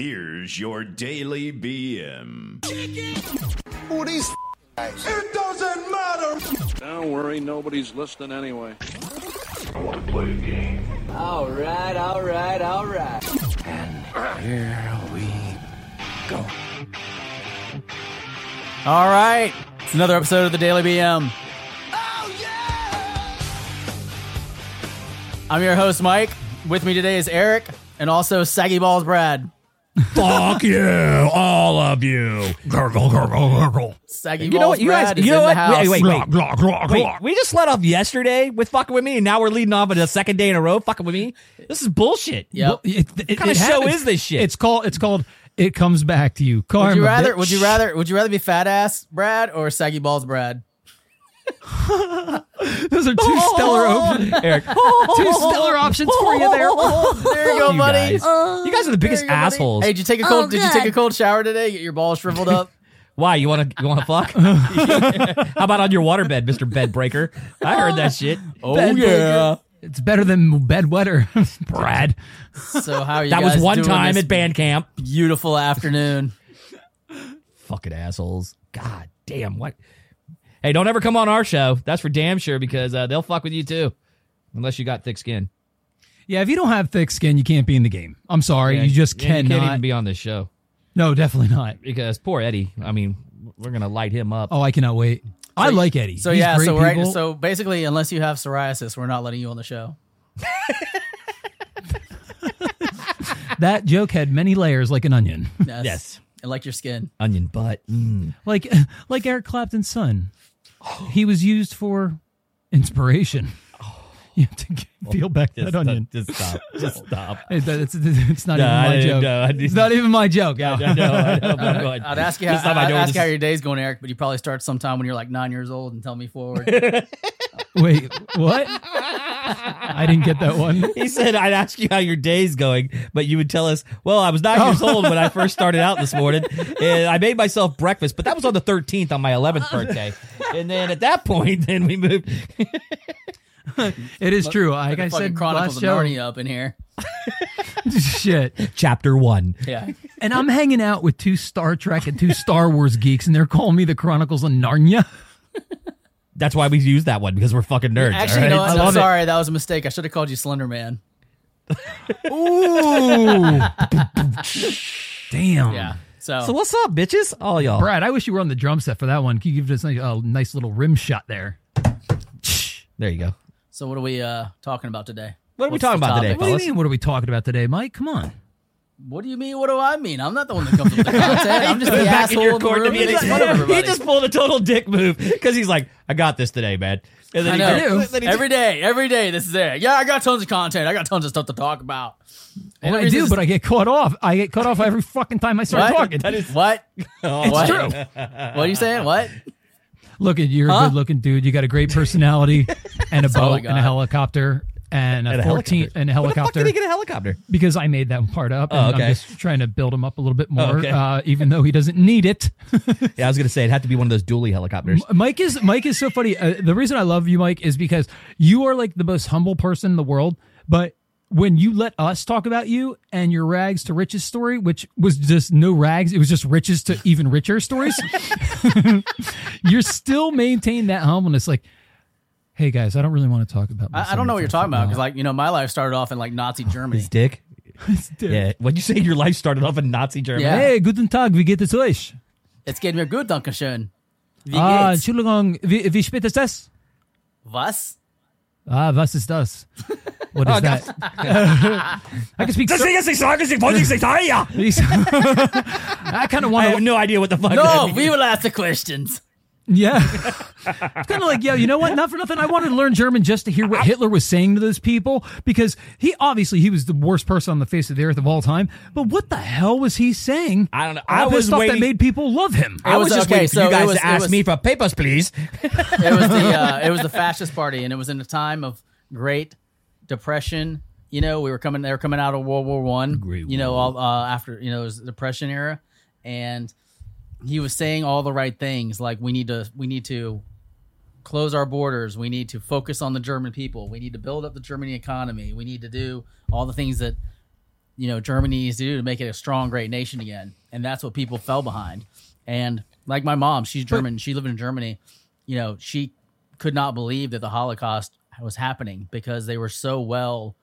Here's your daily BM. Who are these f- guys? It doesn't matter. Don't worry, nobody's listening anyway. All right, all right, all right. All right. It's another episode of the Daily BM. Oh, I'm your host, Mike. With me today is Eric and also Saggy Balls Brad. Fuck you, all of you. Gurgle, gurgle, gurgle. Saggy You Balls know what? You Brad guys. is You know in what? the house. Wait, wait, Glock, glock, glock, Wait, glock. we just let off yesterday with fucking with me, and now we're leading off with the second day in a row fucking with me. This is bullshit. Yep. Well, it- it- it kinda show happens. is this shit? It's called. It's called. It comes back to you. Karma. Would you rather? Would you bitch. rather? Would you rather be fat ass Brad or Saggy Balls Brad? Those are two Oh! stellar options, Eric. two stellar options for you there. Oh. Oh, There you go, You buddy. Oh, Uh, guys. You guys are the biggest There you go, buddy. assholes. Hey, did you take a Oh, cold? did you take a cold shower today? Get your balls shriveled up. Why you want to you want to fuck? How about on your waterbed, Mister Bedbreaker? I heard that shit. Oh yeah. It's better than bedwetter, Brad. So how are you? that was guys one doing time this at band camp. Beautiful afternoon. Fucking assholes. God damn what? Hey, don't ever come on our show. That's for damn sure because uh, they'll fuck with you too, unless you got thick skin. Yeah, if you don't have thick skin, you can't be in the game. I'm sorry, Yeah, you just yeah, cannot. can't even be on this show. no, definitely not. because poor Eddie. I mean, we're gonna light him up. Oh, I cannot wait. I like Eddie. So He's yeah, great so right, people. so basically, unless you have psoriasis, we're not letting you on the show. that joke had many layers, like an onion. Yes, and like your skin. onion butt. Mm. like like Eric Clapton's son. He was used for inspiration. You have to g- Oh, peel back that onion. Just stop. Just stop. It- that- It's, it's not No, even I my didn't- joke. no, I didn't- it's not even my joke. Al. I know. I know. I'm going. I'd ask you how, This time I I'd know ask this how is- your day's going, Eric, but you probably start sometime when you're like nine years old and tell me forward. Wait, what? I didn't get that one. He said, "I'd ask you how your day's going, but you would tell us." Well, I was Oh. nine years old when I first started out this morning, and I made myself breakfast, but that was on the thirteenth on my eleventh birthday, and then at that point, then we moved. It is true. Like I Fucking said, last Chronicles of show. Narnia up in here. Shit. Chapter one. Yeah, And I'm hanging out with two Star Trek and two Star Wars geeks, and they're calling me the Chronicles of Narnia. That's why we use that one because we're fucking nerds. actually, all no, right? no, sorry, that was a mistake. I should have called you Slender Man. Ooh. Damn. Yeah, so, So what's up, bitches? All y'all. Brad, I wish you were on the drum set for that one. Can you give us a, a nice little rim shot there? There you go. so what are we uh, talking about today? What are we What's talking the about today, topic? What do you fellas? mean? What are we talking about today, Mike? Come on. What do you mean? What do I mean? I'm not the one that comes up with the content. I'm just the back in asshole your in the court to room be that an makes fun of ex- He everybody. just pulled a total dick move because he's like, I got this today, man. And then I he know. just- then he Every day, every day, this is it. Yeah, I got tons of content. I got tons of stuff to talk about. Well, Only I do, reason- but I get caught off. I get cut off every fucking time I start what? talking. what? Oh, what? true. What are you saying? What? Look at you're a Huh? good looking dude. You got a great personality and a all boat I and a got. helicopter and a And a fourteen helicopter. and a Where the fuck helicopter. did he get a helicopter? because I made that part up. And okay. Oh, I'm just trying to build him up a little bit more, okay. uh, even though he doesn't need it. Yeah, I was gonna say it had to be one of those dually helicopters. Mike is Mike is so funny. Uh, the reason I love you, Mike, is because you are like the most humble person in the world. But when you let us talk about you and your rags to riches story, which was just no rags, it was just riches to even richer stories, you're still maintain that humbleness. Like, hey guys, I don't really want to talk about. I, I don't know what you're talking about because, like, you know, my life started off in like Nazi Germany. His dick. dick. Yeah. What'd you say? Your life started off in Nazi Germany. Yeah. Hey, guten Tag, wie geht es euch? It's getting mir gut, Dankeschön. Wie Ah, geht's? Entschuldigung, wie, wie spät ist das? Was? Ah, was ist das? What Oh, is that? I can speak. so- I kind of I want have to. no idea what the fuck. that No, means. we will ask the questions. Yeah. it's kind of like, yo, you know what? Not for nothing. I wanted to learn German just to hear what Hitler was saying to those people because he obviously he was the worst person on the face of the earth of all time. But what the hell was he saying? I don't know. All I was pissed off that waiting- made people love him. I was, was- just okay, waiting for so you it guys was- it to ask was- me for papers, please. It was the uh, it was the fascist party, and it was in a time of great depression. You know, we were coming they were coming out of World War One. You know, all uh, after you know it was the depression era, and he was saying all the right things, like we need to we need to close our borders, we need to focus on the German people, we need to build up the German economy, we need to do all the things that you know Germany needs to do to make it a strong, great nation again. And that's what people fell behind. And like my mom, she's German. she lived in Germany. You know, she could not believe that the Holocaust was happening because they were so well.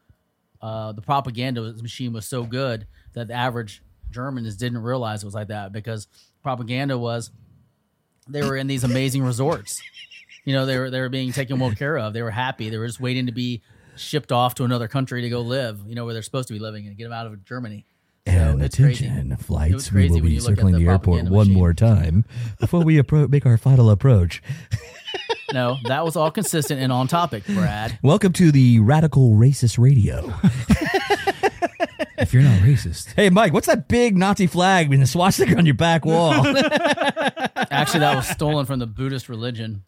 Uh, the propaganda machine was so good that the average Germans didn't realize it was like that because propaganda was they were in these amazing resorts. You know, they were they were being taken well care of. They were happy. They were just waiting to be shipped off to another country to go live. You know, where they're supposed to be living and get them out of Germany. So And it's crazy. attention, It was flights. We crazy will when be you look at circling the the airport propaganda one machine. more time before we appro- make our final approach. No, that was all consistent and on topic, Brad. Welcome to the Radical Racist Radio. If you're not racist, Hey, Mike, what's that big Nazi flag with the swastika on your back wall? Actually, that was stolen from the Buddhist religion.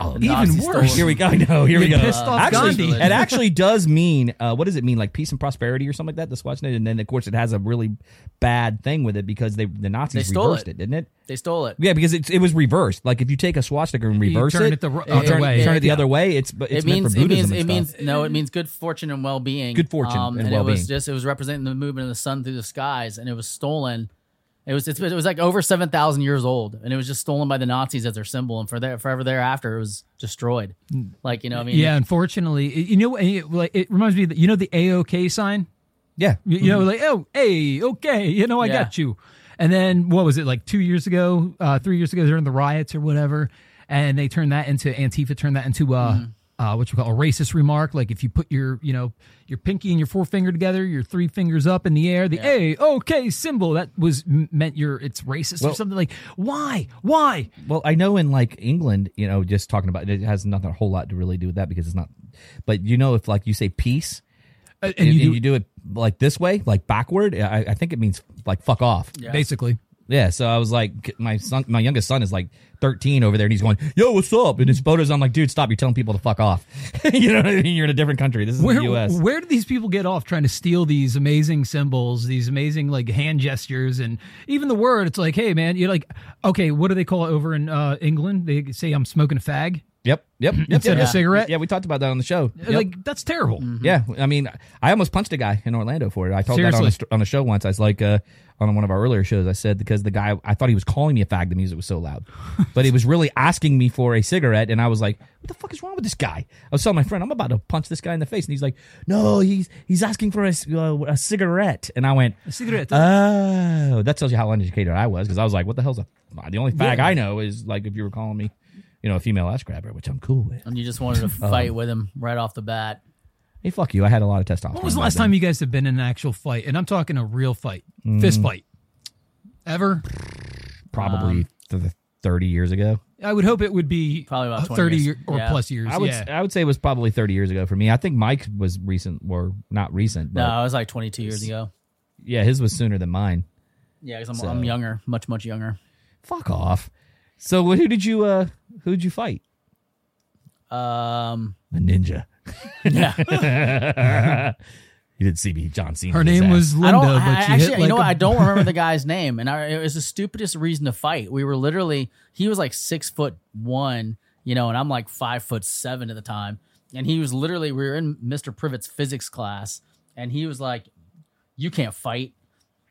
even Nazis worse. stole Oh, it. Here we go. I know. Here we You go. pissed off actually, Gandhi. it actually does mean uh, what does it mean? Like peace and prosperity or something like that. The swastika, and then of course it has a really bad thing with it because they the Nazis They stole reversed it. it. didn't it? They stole it. Yeah, because it, it was reversed. Like if you take a swastika and reverse turn it the ro- other turn, way. turn it the Yeah. other way. It's but it's it meant means for it means Buddhism it and means stuff. no, it means good fortune and well being. Good fortune and it well-being. was just it was representing the movement of the sun through the skies, and it was stolen. It was it's, it was like over seven thousand years old, and it was just stolen by the Nazis as their symbol, and for there forever thereafter it was destroyed. Like you know, what I mean, yeah. Unfortunately, y- you know, it, like it reminds me that you know the AOK sign. Yeah, You, you know, like oh, hey, okay, you know, I Yeah. got you. And then what was it like two years ago, uh, three years ago during the riots or whatever, and they turned that into Antifa turned that into uh, uh, what you call a racist remark. Like if you put your you know your pinky and your forefinger together, your three fingers up in the air, the A OK symbol that was m- meant you're it's racist or something like why why Well, I know in like England, you know, just talking about it has nothing a whole lot to really do with that because it's not. But you know, if like you say peace Uh, and, and, you do, and you do it like this way, like backward, I, I think it means like fuck off. Yeah. basically. Yeah, so I was like, my son, my youngest son is like 13 over there, and he's going, "Yo, what's up?" And his photos, I'm like, "Dude, stop! You're telling people to fuck off." you know what I mean? You're in a different country. This is Where, the U.S. where do these people get off trying to steal these amazing symbols, these amazing like hand gestures, and even the word? It's like, hey man, you're like, okay, what do they call it over in uh, England? They say I'm smoking a fag Yep, yep, yep. instead yeah. of a cigarette. Yeah, we talked about that on the show. Yep. Mm. Like that's terrible. yeah, I mean, I almost punched a guy in Orlando for it. I told that on Mm-hmm. Seriously. a, st- on a show once. I was like, uh, on one of our earlier shows, I said because the guy, I thought he was calling me a fag. The music was so loud, but he was really asking me for a cigarette, and I was like, "What the fuck is wrong with this guy?" I was telling my friend, "I'm about to punch this guy in the face," and he's like, "No, he's he's asking for a, c- uh, a cigarette," and I went, A cigarette. Uh, "Oh, that tells you how uneducated I was," because I was like, "What the hell's a uh, the only fag I know is like if you were calling me, you know, a female ass grabber, which I'm cool with." and you just wanted to fight Um, with him right off the bat. Hey, fuck you! I had a lot of testosterone. when was the back last then. time you guys have been in an actual fight? And I'm talking a real fight, Mm. fist fight. Ever? probably Um, th- th- 30 years ago. I would hope it would be Probably about uh, 20 thirty years. year- or Yeah. plus years. I would yeah. I would say it was probably 30 years ago for me. I think Mike was recent or not recent, but No, it was like 22 years ago. yeah, his was sooner than mine. Yeah, because I'm, I'm younger, much much younger. Fuck off. So who did you uh who did you fight? Um, A ninja. yeah, You didn't see me, John Cena. Her in his name ass. was I Linda, don't. but I, she I actually, hit you know, like what? a- I don't remember the guy's name, and I, it was the stupidest reason to fight. We were literally, he was like six foot one, you know, and I'm like five foot seven at the time, and he was literally, we were in Mr. Privet's physics class, and he was like, "You can't fight,"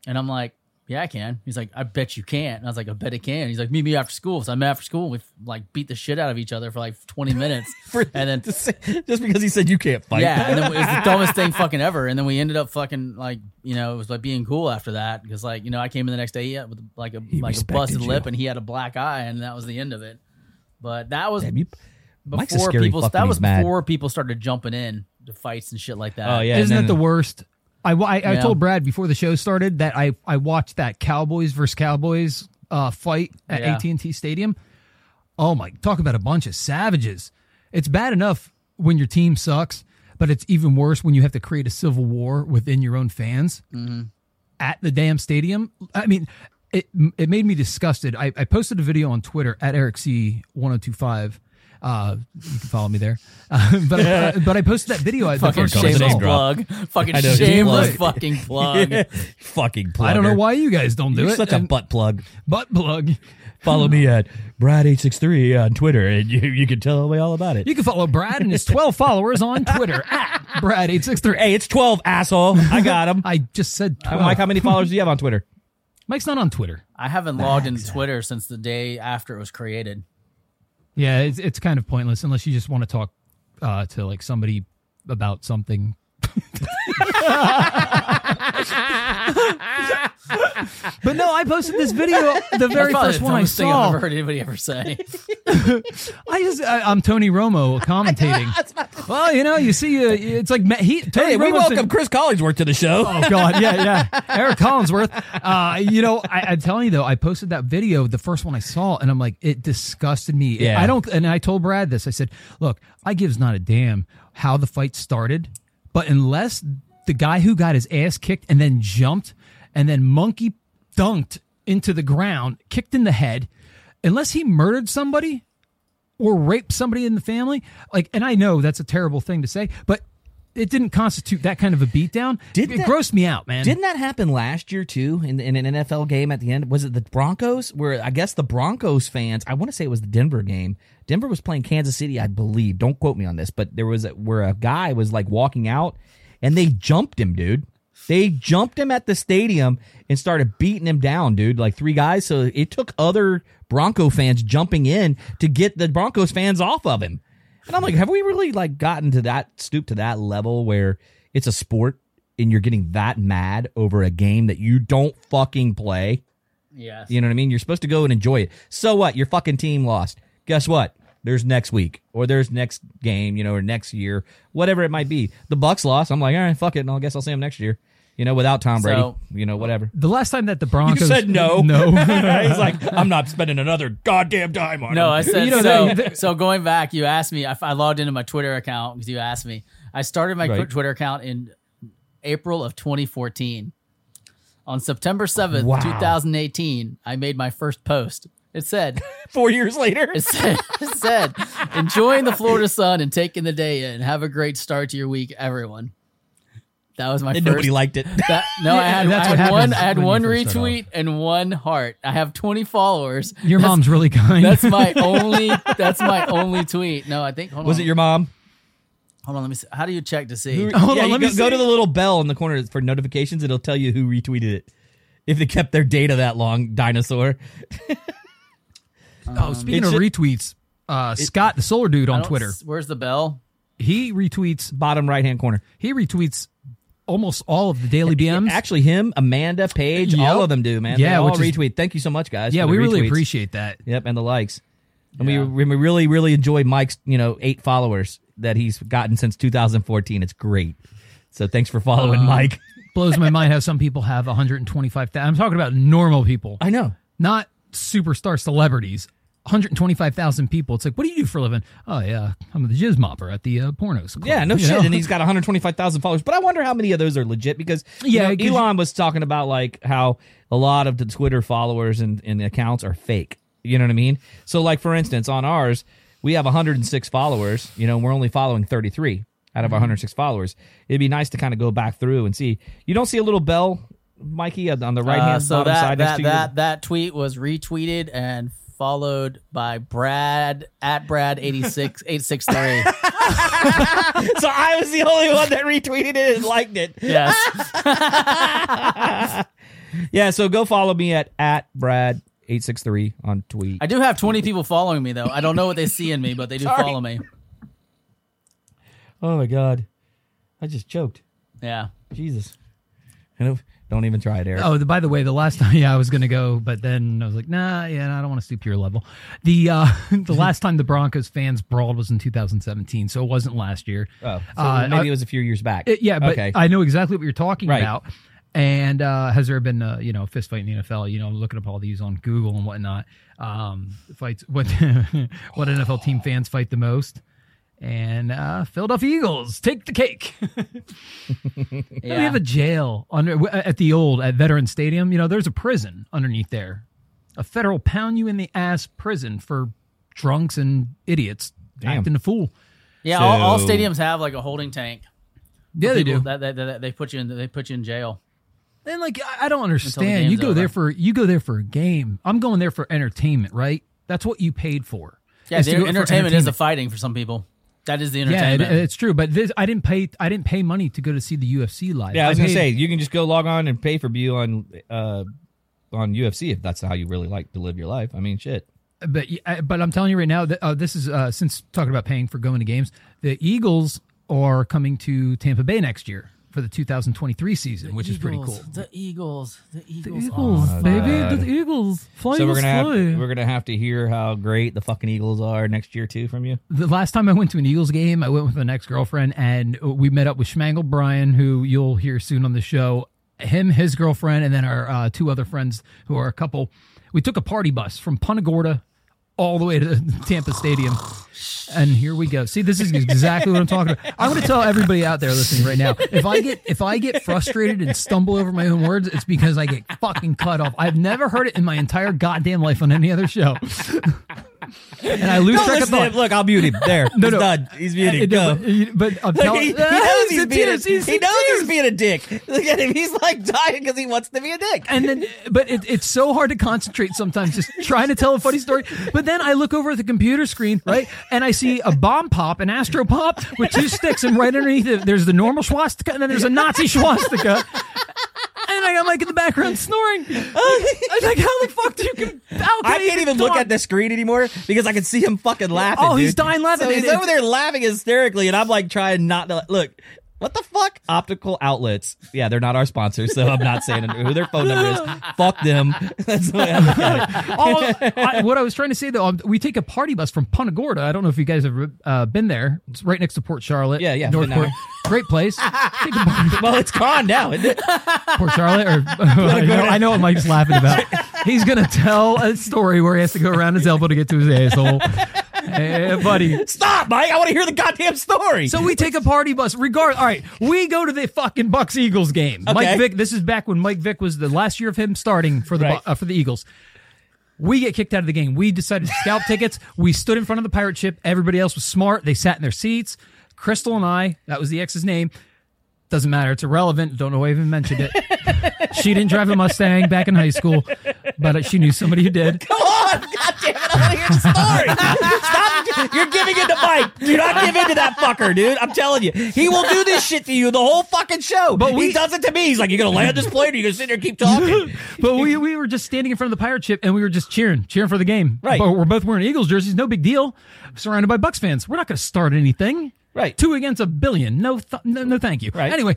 and I'm like, "Yeah, I can." He's like, "I bet you can't," and I was like, "I bet I can." He's like, "Meet me after school." So I met after school, and we like beat the shit out of each other for like 20 minutes, and then just because he said you can't fight. yeah, and then it was the dumbest thing fucking ever. And then we ended up fucking like you know it was like being cool after that because like you know I came in the next day yeah, with like a like a respected busted you. lip and he had a black eye and that was the end of it. But that was Damn, you, Mike's a before scary people fuck that when was he's mad. before people started jumping in to fights and shit like that. Oh yeah. Isn't and that the then- worst? I, wa- I, I Yeah. told Brad before the show started that I, I watched that Cowboys versus Cowboys uh, fight at Yeah. AT&T Stadium. Oh my, talk about a bunch of savages. It's bad enough when your team sucks, but it's even worse when you have to create a civil war within your own fans Mm-hmm. at the damn stadium. I mean, it it made me disgusted. I, I posted a video on Twitter at Eric C one zero two five. Uh, you can follow me there. Uh, but uh, but I posted that video. I, the Fucking first time I shameless saw it. plug. Fucking I know, just shameless plug. fucking plug. fucking plug. I don't know why you guys don't do You're it. such a And butt plug. butt plug. Follow me at Brad863 on Twitter, and you, you can tell me all about it. You can follow Brad and his 12 followers on Twitter at Brad863. Hey, it's 12, asshole. I got him. I just said 12. Mike, how many followers do you have on Twitter? Mike's not on Twitter. I haven't logged into Twitter since the day after it was created. Yeah, it's, it's kind of pointless unless you just want to talk uh, to like somebody about something. but no, I posted this video the very That's probably first the one I dumbest thing I've saw. ever heard anybody ever say. I just I, I'm Tony Romo commentating. well, you know, you see, uh, it's like Ma- he. Tony Hey, we Romo's welcome in- Chris Collinsworth to the show. Oh God, yeah, yeah. Eric Collinsworth. Uh, you know, I, I'm telling you though, I posted that video, the first one I saw, and I'm like, it disgusted me. Yeah. I don't, and I told Brad this. I said, look, I gives not a damn how the fight started, but unless the guy who got his ass kicked and then jumped and then monkey dunked into the ground, kicked in the head, unless he murdered somebody or raped somebody in the family, like, and I know that's a terrible thing to say, but. It didn't constitute that kind of a beatdown. Didn't it that- grossed me out, man. Didn't that happen last year too in, in an NFL game at the end? Was it the Broncos? Where I guess the Broncos fans, I want to say it was the Denver game. Denver was playing Kansas City, I believe. Don't quote me on this, but there was a, where a guy was like walking out and they jumped him, dude. They jumped him at the stadium and started beating him down, dude. Like three guys. So it took other Bronco fans jumping in to get the Broncos fans off of him. And I'm like, have we really like gotten to that stoop to that level where it's a sport and you're getting that mad over a game that you don't fucking play? yes. You know what I mean? You're supposed to go and enjoy it. So what? Your fucking team lost. Guess what? There's next week or there's next game, you know, or next year, whatever it might be. The Bucks lost. I'm like, all right, fuck it. And I guess I'll see them next year. You know, without Tom Brady, So- you know, whatever. The last time that the Broncos said no. no, He's like, I'm not spending another goddamn dime on No, I said You know, so. they- they- so going back, you asked me. I, I logged into my Twitter account because you asked me. I started my Right. Twitter account in April of 2014. On September 7th, 2018, I made my first post. It said, Four years later, it said, it said, enjoying the Florida sun and taking the day in. Have a great start to your week, everyone. That was my and first. nobody liked it. That- no, I had, that's I what had one. happens I had when you one first start retweet and one heart. I have 20 followers. your mom's really kind. That's my only. that's my only tweet. No, I think. Hold Was on. it your mom? Hold on. Let me. See. How do you check to see? Hold yeah, on, you let me go, go see. to the little bell in the corner for notifications. It'll tell you who retweeted it. If they kept their data that long, dinosaur. oh, speaking It of should- retweets, uh, Scott the Solar Dude I on don't Twitter, s- Where's the bell? he retweets. Bottom right hand corner. He retweets almost all of the daily BMs. Actually, him, Amanda, Paige, Yep. all of them do, man. Yeah, Yeah, all which is- retweet. Thank you so much, guys. yeah, for the we really retweets. appreciate that. Yep, and the likes. And we, we really, really enjoy Mike's, you know, eight followers that he's gotten since 2014. It's great. So thanks for following, Uh, Mike. Blows my mind how some people have 125,000. I'm talking about normal people, I know. not superstar celebrities. 125,000 people. It's like, what do you do for a living? Oh yeah, I'm the jizz mopper at the uh, pornos. Club. Yeah, no You shit. know? And he's got 125,000 followers. But I wonder how many of those are legit because you Yeah, know, 'cause you- Elon was talking about like how a lot of the Twitter followers and, and accounts are fake. You know what I mean? So like for instance, on ours, we have 106 followers. You know, we're only following 33 out Mm-hmm. of our 106 followers. It'd be nice to kind of go back through and see. You don't see a little bell, Mikey, on on the right hand Uh, so bottom that side next that to you? that, that tweet was retweeted and followed by Brad at Brad 86 863. so I was the only one that retweeted it and liked it. yes. Yeah, so go follow me at at Brad. 863 on tweet. I do have 20 people following me though. I don't know what they see in me, but they do follow me. Oh my god, I just choked. Yeah. Jesus, I don't, don't even try it, Eric. Oh, the, by the way, the last time, yeah, I was gonna go, but then I was like, nah, yeah, I don't want to stoop to your level. The uh, the last time the Broncos fans brawled was in 2017, so it wasn't last year. Oh, so uh, maybe I- it was a few years back. It- Uh, yeah, but okay. I know exactly what you're talking Right. about. And uh, has there been a you know fist fight in the NFL? You know, looking up all these on Google and whatnot. Um, fights what what NFL team fans fight the most? And uh, Philadelphia Eagles take the cake. Yeah. We have a jail under w- at the old at Veteran Stadium. You know, there's a prison underneath there, a federal pound you in the ass prison for drunks and idiots acting a fool. yeah, all, all So- stadiums have like a holding tank. Yeah, they People do. That, that, that- they put you in they put you in jail. And like I I don't game's understand. You go over. there for you go there for a game. I'm going there for entertainment, right? That's what you paid for. Yeah, is the to go entertainment, for is the fighting for some people. That is the yeah, it- entertainment. it's true. But this, I didn't pay. I didn't pay money to go to see the UFC live. Yeah, I was gonna paid- say you can just go log on and pay for view on uh on UFC if that's how you really like to live your life. I mean, shit. but I- but I'm telling you right now that uh, this is uh, since talking about paying for going to games, the Eagles are coming to Tampa Bay next year for the 2023 season, which is pretty cool. The Eagles, the The Eagles, Eagles, baby, the Eagles flying Oh, So we're gonna have, fly. we're gonna have to hear how great the fucking Eagles are next year too from you. the last time I went to an Eagles game, I went with an ex girlfriend, and we met up with Schmangle Brian, who you'll hear soon on the show. Him, his girlfriend, and then our uh, two other friends who are a couple. We took a party bus from Punta Gorda all the way to Tampa Stadium. And here we go. See, this is exactly what I'm talking about. I want to tell everybody out there listening right now. If I get if I get frustrated and stumble over my own words, it's because I get fucking cut off. I've never heard it in my entire goddamn life on any other show. and I lose track of Listen to thought. him. Look, I'll mute him. There, No, he's no. done. He's muted. No, Go. but, you- but I'm Look, telling- he, he Ah, knows he's he's a being a, tears, he's he a knows tears. he's being a dick. Look at him. He's like dying because he wants to be a dick. And then, but it, it's so hard to concentrate sometimes, just trying to tell a funny story. But then I look over at the computer screen, right, and I see a bomb pop, an astro pop with two sticks, and right underneath it, there's the normal swastika, and then there's a Nazi swastika. And I'm like in the background snoring. I was like, how the fuck do you? Can, how can I can't even look talk? at the screen anymore because I can see him fucking laughing. Oh, he's dude. dying laughing. So he's It- over there laughing hysterically, and I'm like trying not to look. What the fuck? Optical outlets. Yeah, they're not our sponsors, so I'm not saying who their phone number is. Fuck them. That's the way I look at it. All, Oh, I, what I was trying to say though, um, we take a party bus from Punta Gorda. I don't know if you guys have uh, been there. It's right next to Port Charlotte. Yeah, yeah, North been there. Port. Great place. Take a party- Well, it's gone now. Isn't it? Port Charlotte, or I, know, I know what Mike's laughing about. He's gonna tell a story where he has to go around his elbow to get to his asshole. Hey, buddy. Stop, Mike. I want to hear the goddamn story. So we take a party bus. Regard. All right, we go to the fucking Bucks Eagles game. Mike Okay. Vick. This is back when Mike Vick was the last year of him starting for the Right. Bu- uh, for the Eagles. We get kicked out of the game. We decided to scalp tickets. We stood in front of the pirate ship. Everybody else was smart. They sat in their seats. Crystal and I. That was the ex's name. Doesn't matter. It's irrelevant. Don't know why I even mentioned it. she didn't drive a Mustang back in high school, but she knew somebody who did. Come on, God damn it, I want to hear the story. Stop. You're giving in to Mike. Do not give in to that fucker, dude. I'm telling you. He will do this shit to you the whole fucking show. But we- he does it to me. He's like, you're going to land this plane or you're going to sit there and keep talking. but we, we were just standing in front of the pirate ship and we were just cheering, cheering for the game. Right. But we're both wearing Eagles jerseys, no big deal. Surrounded by Bucks fans, we're not going to start anything. Right. Two against a billion. No, th- no, no, thank you. Right. Anyway,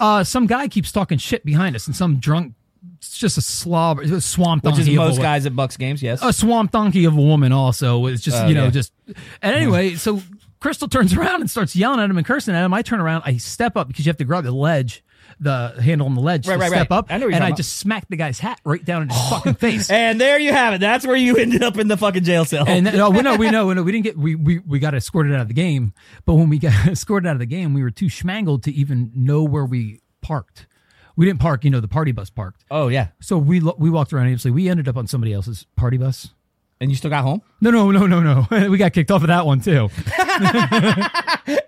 uh, some guy keeps talking shit behind us, and some drunk, it's just a slob, a swamp Which is donkey of a most wo- guys at Bucks games, yes. a swamp donkey of a woman. Also, it's just Oh, you know yeah. just. And anyway, so Crystal turns around and starts yelling at him and cursing at him. I turn around, I step up because you have to grab the ledge. The handle on the ledge Right, to right, step right. up, I know and what you're I talking about. just smacked the guy's hat right down in his fucking face. and there you have it. That's where you ended up in the fucking jail cell. And then, no, we no, we know, we know, we didn't get we we we got escorted out of the game. But when we got escorted out of the game, we were too schmangled to even know where we parked. We didn't park, you know, the party bus parked. oh, yeah. So we lo- we walked around aimlessly. We ended up on somebody else's party bus. And you still got home? No, no, no, no, no. We got kicked off of that one too.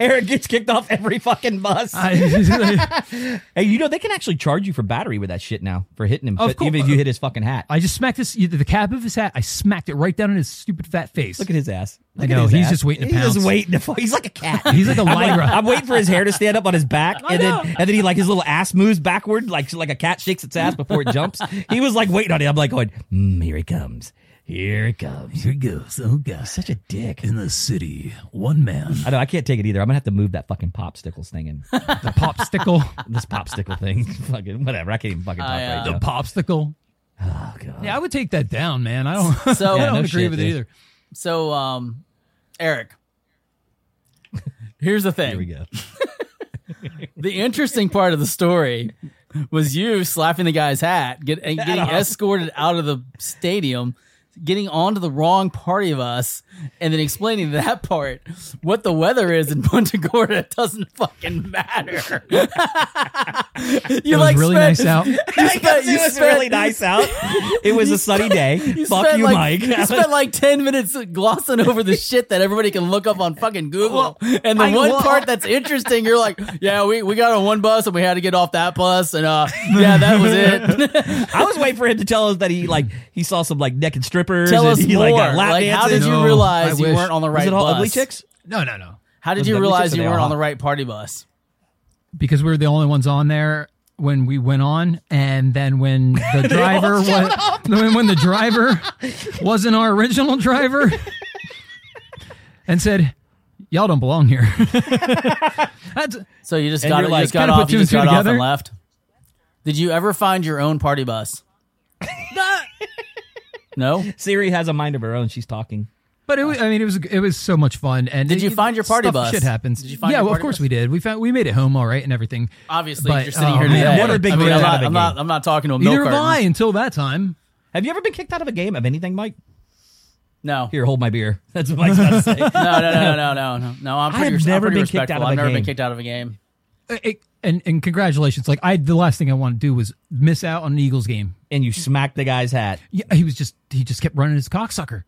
Eric gets kicked off every fucking bus. I, hey, you know, they can actually charge you for battery with that shit now for hitting him. Of but course. Even if you hit his fucking hat. I just smacked this the cap of his hat. I smacked it right down in his stupid fat face. Look at his ass. I Look at know, his he's ass. just waiting to He's pounce. just waiting to. fu- He's like a cat. He's like a I'm, lyra. like, I'm waiting for his hair to stand up on his back, and then and then he like his little ass moves backward, like like a cat shakes its ass before it jumps. He was like waiting on it. I'm like going, mm, here he comes, here he comes. Here goes. Oh god, Such a dick. in the city, one man. I know I can't take it either. I'm gonna have to move that fucking popsicles thing and The popsicle. this popsicle thing. fucking whatever. I can't even fucking talk I, uh, right the now. popsicle. Oh god. Yeah, I would take that down, man. I don't. So- I Yeah, don't no agree shit, with it dude. either. So, um, Eric, here's the thing. Here we go. The interesting part of the story was you slapping the guy's hat, get, and getting off. escorted out of the stadium getting onto the wrong party of us and then explaining that part. What the weather is in Punta Gorda doesn't fucking matter. you It was really nice out. You spent, it you was spent- really nice out. It was a sunny day. you Fuck spent you, like, Mike. You spent like 10 minutes glossing over the shit that everybody can look up on fucking Google. and the I- one well- part that's interesting, you're like, yeah, we, we got on one bus and we had to get off that bus. And uh, yeah, that was it. I was waiting for him to tell us that he like he saw some like naked strippers. Tell and us he, more. Like, Like, got lap how dances. did you No, I realize you wish- weren't on the right was it all bus? ugly chicks? No, no, no. How did Was it you ugly realize chicks or you they all weren't on the hot? right party bus? Because we were the only ones on there when we went on, and then when the driver was when, when the driver wasn't our original driver, and said, "Y'all don't belong here." That's So you just And got, you're you like, just got kinda put off, two you and just two got off and together? left. Did you ever find your own party bus? no. Siri has a mind of her own. She's talking. But it was, I mean, it was it was so much fun. And Did you it- find your party stuff- bus? Shit happens. Did you find yeah, your well, of party course bus? we did. We found we made it home all right and everything. Obviously, But, you're sitting here oh, man, today. what a big I mean, deal. Out I'm, not, of a I'm, not, game. I'm not talking to a milk Neither have carton. I until that time. Have you ever been kicked out of a game of anything, Mike? No. Here, hold my beer. That's what Mike's about to say. no, no, no, no, no, no, no. I'm I pretty, have res- I'm never pretty been kicked respectful. out of I've a never been game. kicked out of a game. Uh, it- and and congratulations. Like I, the last thing I want to do was miss out on an Eagles game. and you smacked the guy's hat. Yeah, he was just he just kept running his cocksucker.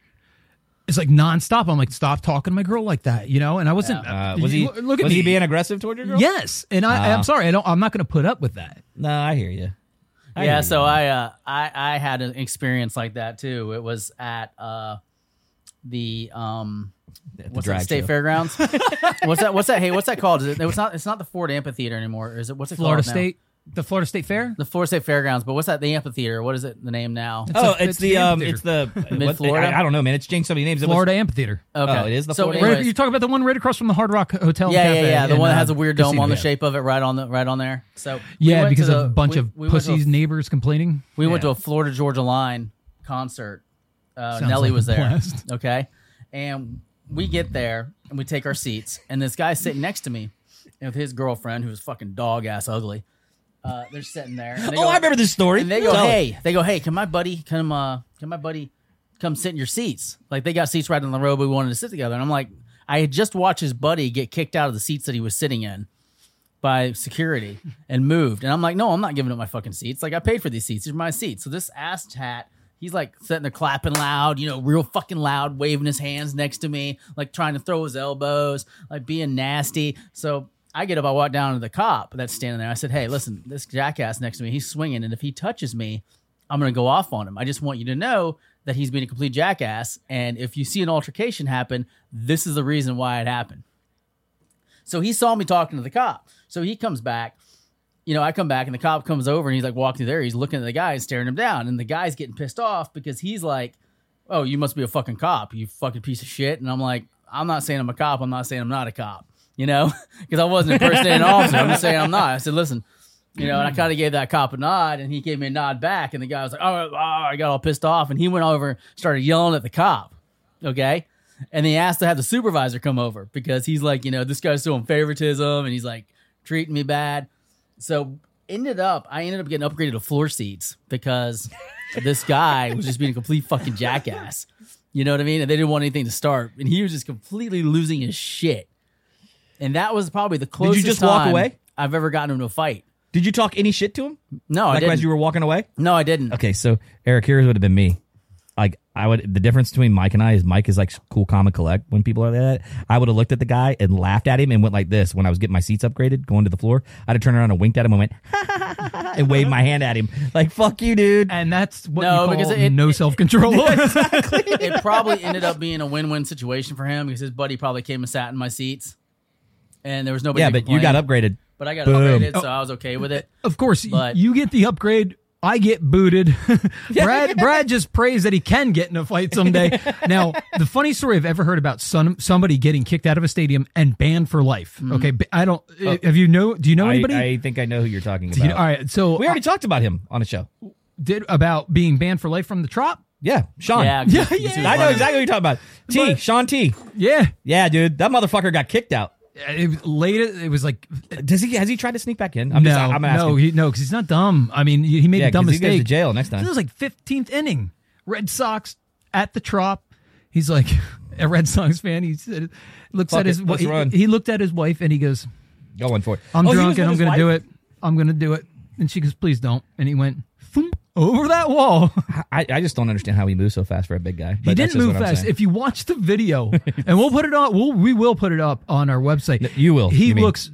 It's like nonstop. I'm like, stop talking to my girl like that, you know. And I wasn't. Uh, uh, was he? look- Look at was me. he being aggressive toward your girl? Yes, and Uh. I, I'm sorry. I don't. I'm not going to put up with that. No, I hear you. yeah, so I, uh, I I had an experience like that too. It was at uh, the um, what's that drag state show. fairgrounds? what's that? What's that? Hey, what's that called? Is it, it's not. It's not the Ford Amphitheater anymore. Is it? What's it Florida called now? State, the Florida State Fair. The Florida State Fairgrounds, but what's that? The amphitheater. What is it? The name now? Oh, It's a- it's, it's the the um, amphitheater. it's the what- Mid-Florida? I, I don't know, man. It's changed so many names. It was- Florida Amphitheater. Okay, it is the so Florida- Right, Oh, anyways, you're talking about the one right across from the Hard Rock Hotel. and yeah, yeah, Cafe yeah. The in, one that uh, has a weird dome on the Casino. shape of it, right on the right on there. So we Yeah, went to because the- of a bunch we- of we went to a pussies neighbors complaining. We went to a Florida Georgia Line concert. Uh, Sounds Nelly like was a there. blast. Okay. And we get there and we take our seats. And this guy's sitting next to me with his girlfriend, who's fucking dog ass ugly. Uh, they're sitting there. and they Oh, go- I remember this story. And they go, Tell it. hey, they go, hey, can my buddy come? Uh, can my buddy come sit in your seats? Like they got seats right in the row, but we wanted to sit together. And I'm like, I had just watched his buddy get kicked out of the seats that he was sitting in by security and moved. And I'm like, no, I'm not giving up my fucking seats. Like I paid for these seats. These are my seats. So this ass hat. He's like sitting there clapping loud, you know, real fucking loud, waving his hands next to me, like trying to throw his elbows, like being nasty. So I get up, I walk down to the cop that's standing there. I said, Hey, listen, this jackass next to me, he's swinging. And if he touches me, I'm going to go off on him. I just want you to know that he's being a complete jackass. And if you see an altercation happen, this is the reason why it happened. So he saw me talking to the cop. So he comes back. You know, I come back and the cop comes over and he's like walking through there. He's looking at the guy and staring him down. And the guy's getting pissed off because he's like, Oh, you must be a fucking cop, you fucking piece of shit. And I'm like, I'm not saying I'm a cop. I'm not saying I'm not a cop, you know, because I wasn't impersonating an officer. I'm just saying I'm not. I said, Listen, you know, and Mm. I kind of gave that cop a nod and he gave me a nod back. And the guy was like, Oh, oh," I got all pissed off. And he went over and started yelling at the cop. Okay and they asked to have the supervisor come over because he's like, you know, this guy's doing favoritism and he's like treating me bad. So ended up, I ended up getting upgraded to floor seats because this guy was just being a complete fucking jackass. You know what I mean? And they didn't want anything to start, and he was just completely losing his shit. And that was probably the you closest just walk time away? I've ever gotten into a fight. Did you talk any shit to him? No, I like didn't. as you were walking away? no, I didn't. Okay, so Eric, here's would have been me. Like I would, the difference between Mike and I is Mike is like cool, calm, and collect when people are like that. I would have looked at the guy and laughed at him and went like this when I was getting my seats upgraded, going to the floor. I'd have turned around and winked at him and went and waved my hand at him like "fuck you, dude." and that's what No, you call because it- no it- self control. it probably ended up being a win-win situation for him because his buddy probably came and sat in my seats, and there was nobody. Yeah, to but you got complain. upgraded. but I got Boom. upgraded, so I was okay with it. of course, y- But- you get the upgrade. I get booted. Brad Brad just prays that he can get in a fight someday. now, the funny story I've ever heard about some, somebody getting kicked out of a stadium and banned for life. Okay, b- I don't. Have you know? Do you know Mm-hmm. anybody? Uh, I, I think I know who you're talking Do about. you know- all right, so we already talked about him on the show. did about being banned for life from the trop. Yeah, Sean. Yeah, Oh. yeah, you I see the know funny- exactly who you're talking about. T. But- Sean T. Yeah, Yeah, dude, that motherfucker got kicked out. it was late. It was like Does he? Has he tried to sneak back in? I'm no, just, I'm asking. no, he, no, because he's not dumb. I mean, he he made yeah, a dumb 'cause he mistake. goes to jail next It time. was like 15th inning. Red Sox at the trop. He's like a Red Sox fan. He said, looks Fuck at his it, let's he, run. he looked at his wife and he goes, Going for it. "I'm Oh, he drunk was with and I'm his going to do wife? it. I'm going to do it." And she goes, "Please don't." And he went thump, over that wall. I, I just don't understand how he moves so fast for a big guy. he but didn't that's just move what I'm fast. saying. If you watch the video, and we'll put it on, we'll, we will put it up on our website. you will, He you mean. looks,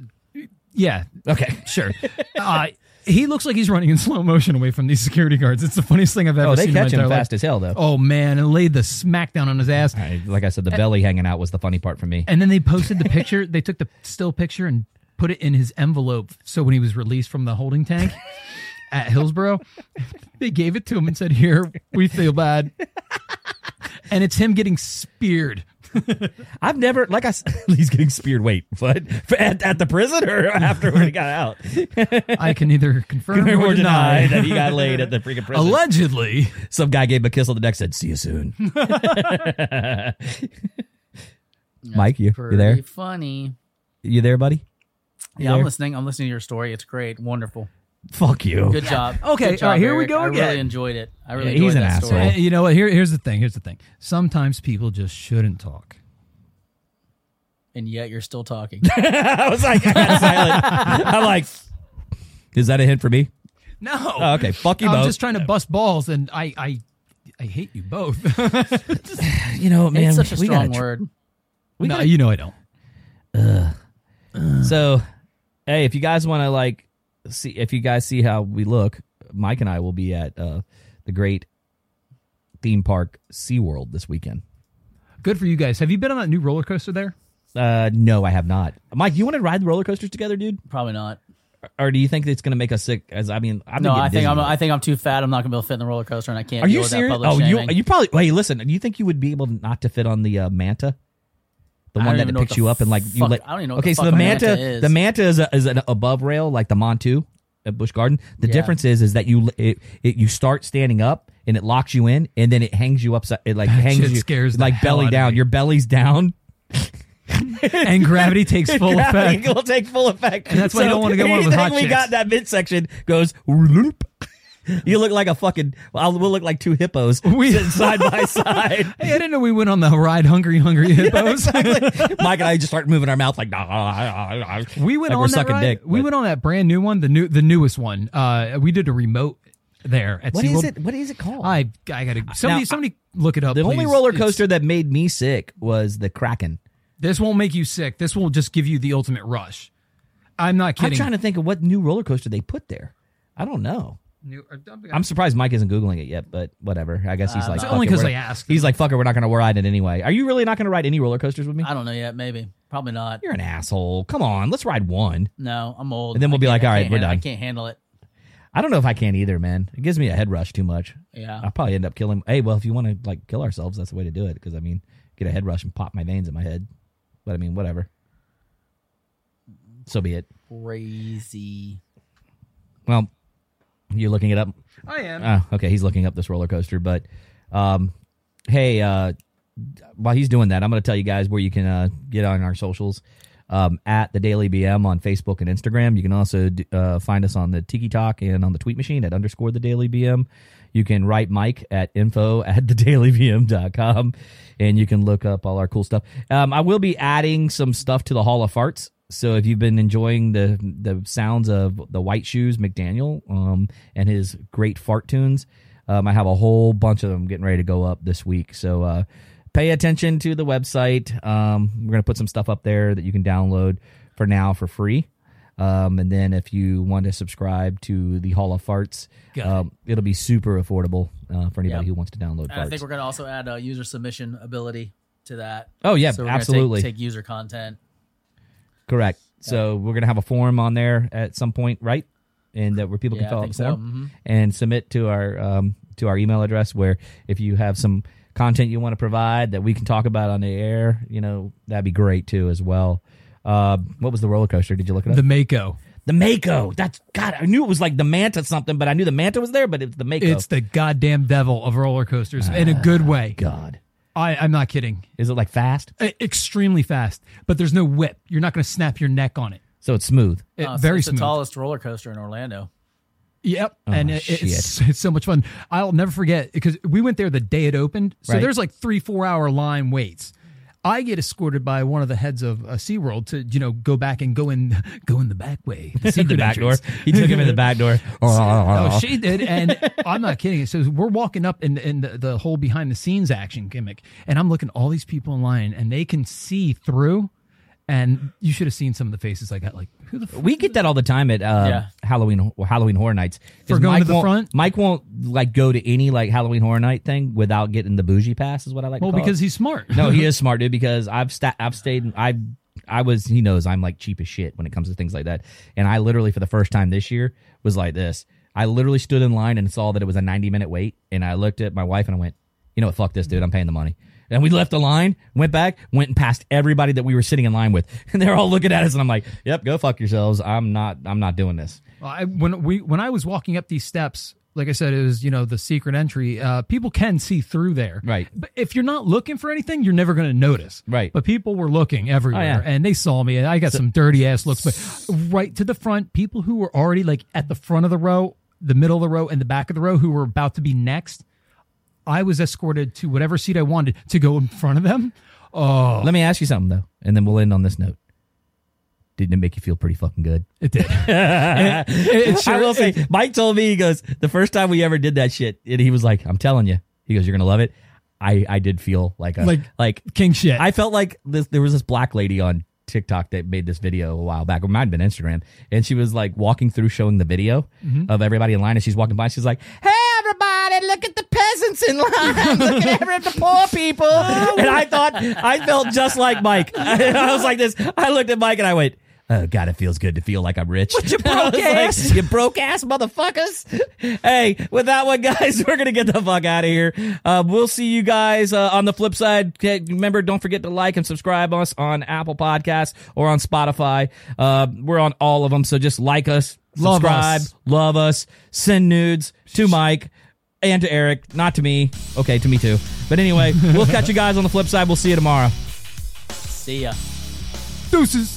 yeah, okay. sure. uh, he looks like he's running in slow motion away from these security guards. It's the funniest thing I've ever Oh, they seen. in my catch him entire life. fast as hell though. Oh man, and laid the smackdown on his ass. I- like I said, the belly hanging out was the funny part for me. And then they posted the picture. they took the still picture and put it in his envelope. So when he was released from the holding tank at Hillsboro, they gave it to him and said, "Here, we feel bad." And it's him getting speared. I've never, like I, s- he's getting speared. Wait, what? At, at the prison or after when he got out? I can neither confirm or or deny. deny that he got laid at the freaking prison. Allegedly, Some guy gave him a kiss on the neck, said, "See you soon." Mike, you, you Pretty there? funny. You there, buddy? Yeah, there? I'm listening. I'm listening to your story. It's great. Wonderful. Fuck you. Good job. Okay, Good all right, job, here we Eric. go I again. really enjoyed it. I Yeah, really he's enjoyed an that story. asshole. And you know what? Here, here's the thing. Here's the thing. Sometimes people just shouldn't talk. And yet you're still talking. I was like, I got silent. I'm like, is that a hint for me? No. Oh, okay, fuck you I'm both. just trying to bust balls, and I, I, I hate you both. you know, man, it's such a we gotta strong tr- word. no, you know I don't. So, hey, if you guys want to like see if you guys see how we look, Mike and I will be at uh, the great theme park SeaWorld this weekend. Good for you guys. Have you been on that new roller coaster there? Uh, no, I have not. Mike, you want to ride the roller coasters together, dude? Probably not. Or do you think it's going to make us sick? As I mean, I'm No, I think I'm. I think I'm too fat. I'm not gonna be able to fit in the roller coaster, and I can't. Are deal you with serious? That public Oh, you shaming. you probably. Wait, listen. Do you think you would be able not to fit on the uh, manta? The one I don't that even it know what picks the you up and like you fuck- let. I don't even know what Okay, the so fuck the a manta, manta is. the manta is a, is an above rail like the Montu at Bush Garden. The Yeah. difference is is that you it, it you start standing up and it locks you in and then it hangs you upside. It like hangs shit you scares the like hell out belly of down. me. Your belly's down. And gravity takes full Gravity effect. will take full effect. And that's why I don't wanna get one of those anything hot we chicks. got in that midsection goes. "Whoop." You look like a fucking. I'll, we'll look like two hippos We- sitting side by side. Hey, I didn't know we went on the ride Hungry Hungry Hippos. Mike and I just start moving our mouth like, nah, ah, ah, ah, ah." We went Like on we're that sucking ride. dick. we but- went on that brand new one, the new the newest one. Uh, we did a remote there at What SeaWorld. is it? What is it called? I I gotta somebody Now, somebody look it up. the please. only roller It's- coaster that made me sick was the Kraken. this won't make you sick. This will just give you the ultimate rush. I'm not kidding. I'm trying to think of what new roller coaster they put there. I don't know. New- I'm surprised Mike isn't googling it yet, but whatever. I guess he's like, it's "Fuck only it, 'cause we're- I asked. He's like, fuck it, we're not going to ride it anyway. Are you really not going to ride any roller coasters with me? I don't know yet. Maybe. Probably not. You're an asshole. Come on, let's ride one. No, I'm old. And then we'll I be can't- like, I all right, can't we're handle- I done. can't handle it. I don't know if I can either, man. It gives me a head rush too much. Yeah. I'll probably end up killing. Hey, well, if you want to like kill ourselves, that's the way to do it. Because I mean, get a head rush and pop my veins in my head. But I mean, whatever. So be it. Crazy. Well, you're looking it up. I am. Oh, okay, he's looking up this roller coaster. But um, hey, uh, while he's doing that, I'm going to tell you guys where you can uh, get on our socials. Um, at the Daily BM on Facebook and Instagram. You can also d- uh, find us on the Tiki Talk and on the Tweet Machine at underscore the Daily BM. You can write Mike at info at thedailybm.com and you can look up all our cool stuff. Um, I will be adding some stuff to the Hall of Farts. So if you've been enjoying the the sounds of the White Shoes McDaniel um, and his great fart tunes, um, I have a whole bunch of them getting ready to go up this week. So uh, pay attention to the website. Um, we're going to put some stuff up there that you can download for now for free. Um, and then if you want to subscribe to the Hall of Farts, um, it'll be super affordable uh, for anybody Yep. who wants to download And I think farts. we're gonna also add a user submission ability to that. Oh, yeah, so we're gonna take- absolutely. Take, user content. Correct. So we're going to have a form on there at some point, right? And that where people Yeah, can I fill out think the so. Mm-hmm. form and submit to our um, to our email address. Where if you have some content you want to provide that we can talk about on the air, you know that'd be great too as well. Uh, what was the roller coaster? Did you look it up? The Mako. The Mako. That's God. I knew it was like the Manta something, but I knew the Manta was there. But it's the Mako. It's the goddamn devil of roller coasters in a good way. God. I, I'm not kidding. Is it like fast? E- Extremely fast, but there's no whip. You're not going to snap your neck on it. So it's smooth. It- Uh, so very it's smooth. the tallest roller coaster in Orlando. Yep, Oh, and it, it's it's so much fun. I'll never forget because we went there the day it opened. So Right. there's like three four hour line waits. I get escorted by one of the heads of uh, SeaWorld to you know go back and go in go in the back way, the, the secret back door. entrance. He took him in the back door. Oh, she did, and I'm not kidding. It says we're walking up in in the, the whole behind the scenes action gimmick, and I'm looking at all these people in line, and they can see through. And you should have seen some of the faces I got. Like who the f- We get that all the time at uh, Yeah. Halloween Halloween Horror Nights. 'Cause For going Mike to the won't- front? Mike won't like go to any like Halloween Horror Night thing without getting the bougie pass. Is what I like. to well call it. because he's smart. no, he is smart, dude. Because I've sta- I've stayed. I I was. He knows I'm like cheap as shit when it comes to things like that. And I literally for the first time this year was like this. I literally stood in line and saw that it was a 90 minute wait, and I looked at my wife and I went, you know what, fuck this, dude. I'm paying the money. And we left the line, went back, went and passed everybody that we were sitting in line with, and they're all looking at us, and I'm like, "Yep, go fuck yourselves. I'm not. I'm not doing this." I, when we when I was walking up these steps, like I said, it was you know the secret entry. Uh, people can see through there, Right. But if you're not looking for anything, you're never going to notice, Right. Oh, But people were looking everywhere, yeah. and they saw me, and I got some dirty ass looks. But right to the front, people who were already like at the front of the row, the middle of the row, and the back of the row, who were about to be next, I was escorted to whatever seat I wanted to go in front of them. Oh, Let me ask you something though, and then we'll end on this note. Didn't it make you feel pretty fucking good? It did. And it- it- it I sure- will say, it- Mike told me, he goes, the first time we ever did that shit, and he was like, I'm telling you, he goes, you're going to love it. I, I did feel like a, like, Like- king shit. I felt like this, there was this black lady on TikTok that made this video a while back. It might have been Instagram. And she was like walking through showing the video Mm-hmm. of everybody in line. And she's walking by. She's like, hey, everybody, look at the peasants in line. Look at every- the poor people. and I thought, I felt just like Mike. I was like this. I looked at Mike and I went, Oh God, it feels good to feel like I'm rich. What you broke ass, you broke ass motherfuckers. Hey, with that one, guys, we're gonna get the fuck out of here. Uh, we'll see you guys uh, on the flip side. Okay, Remember, don't forget to like and subscribe us on Apple Podcasts or on Spotify. Uh, we're on all of them, so just like us, Love subscribe, us. love us, send nudes to Mike. And to Eric, not to me. Okay, to me too. But anyway, we'll catch you guys on the flip side. We'll see you tomorrow. See ya. Deuces.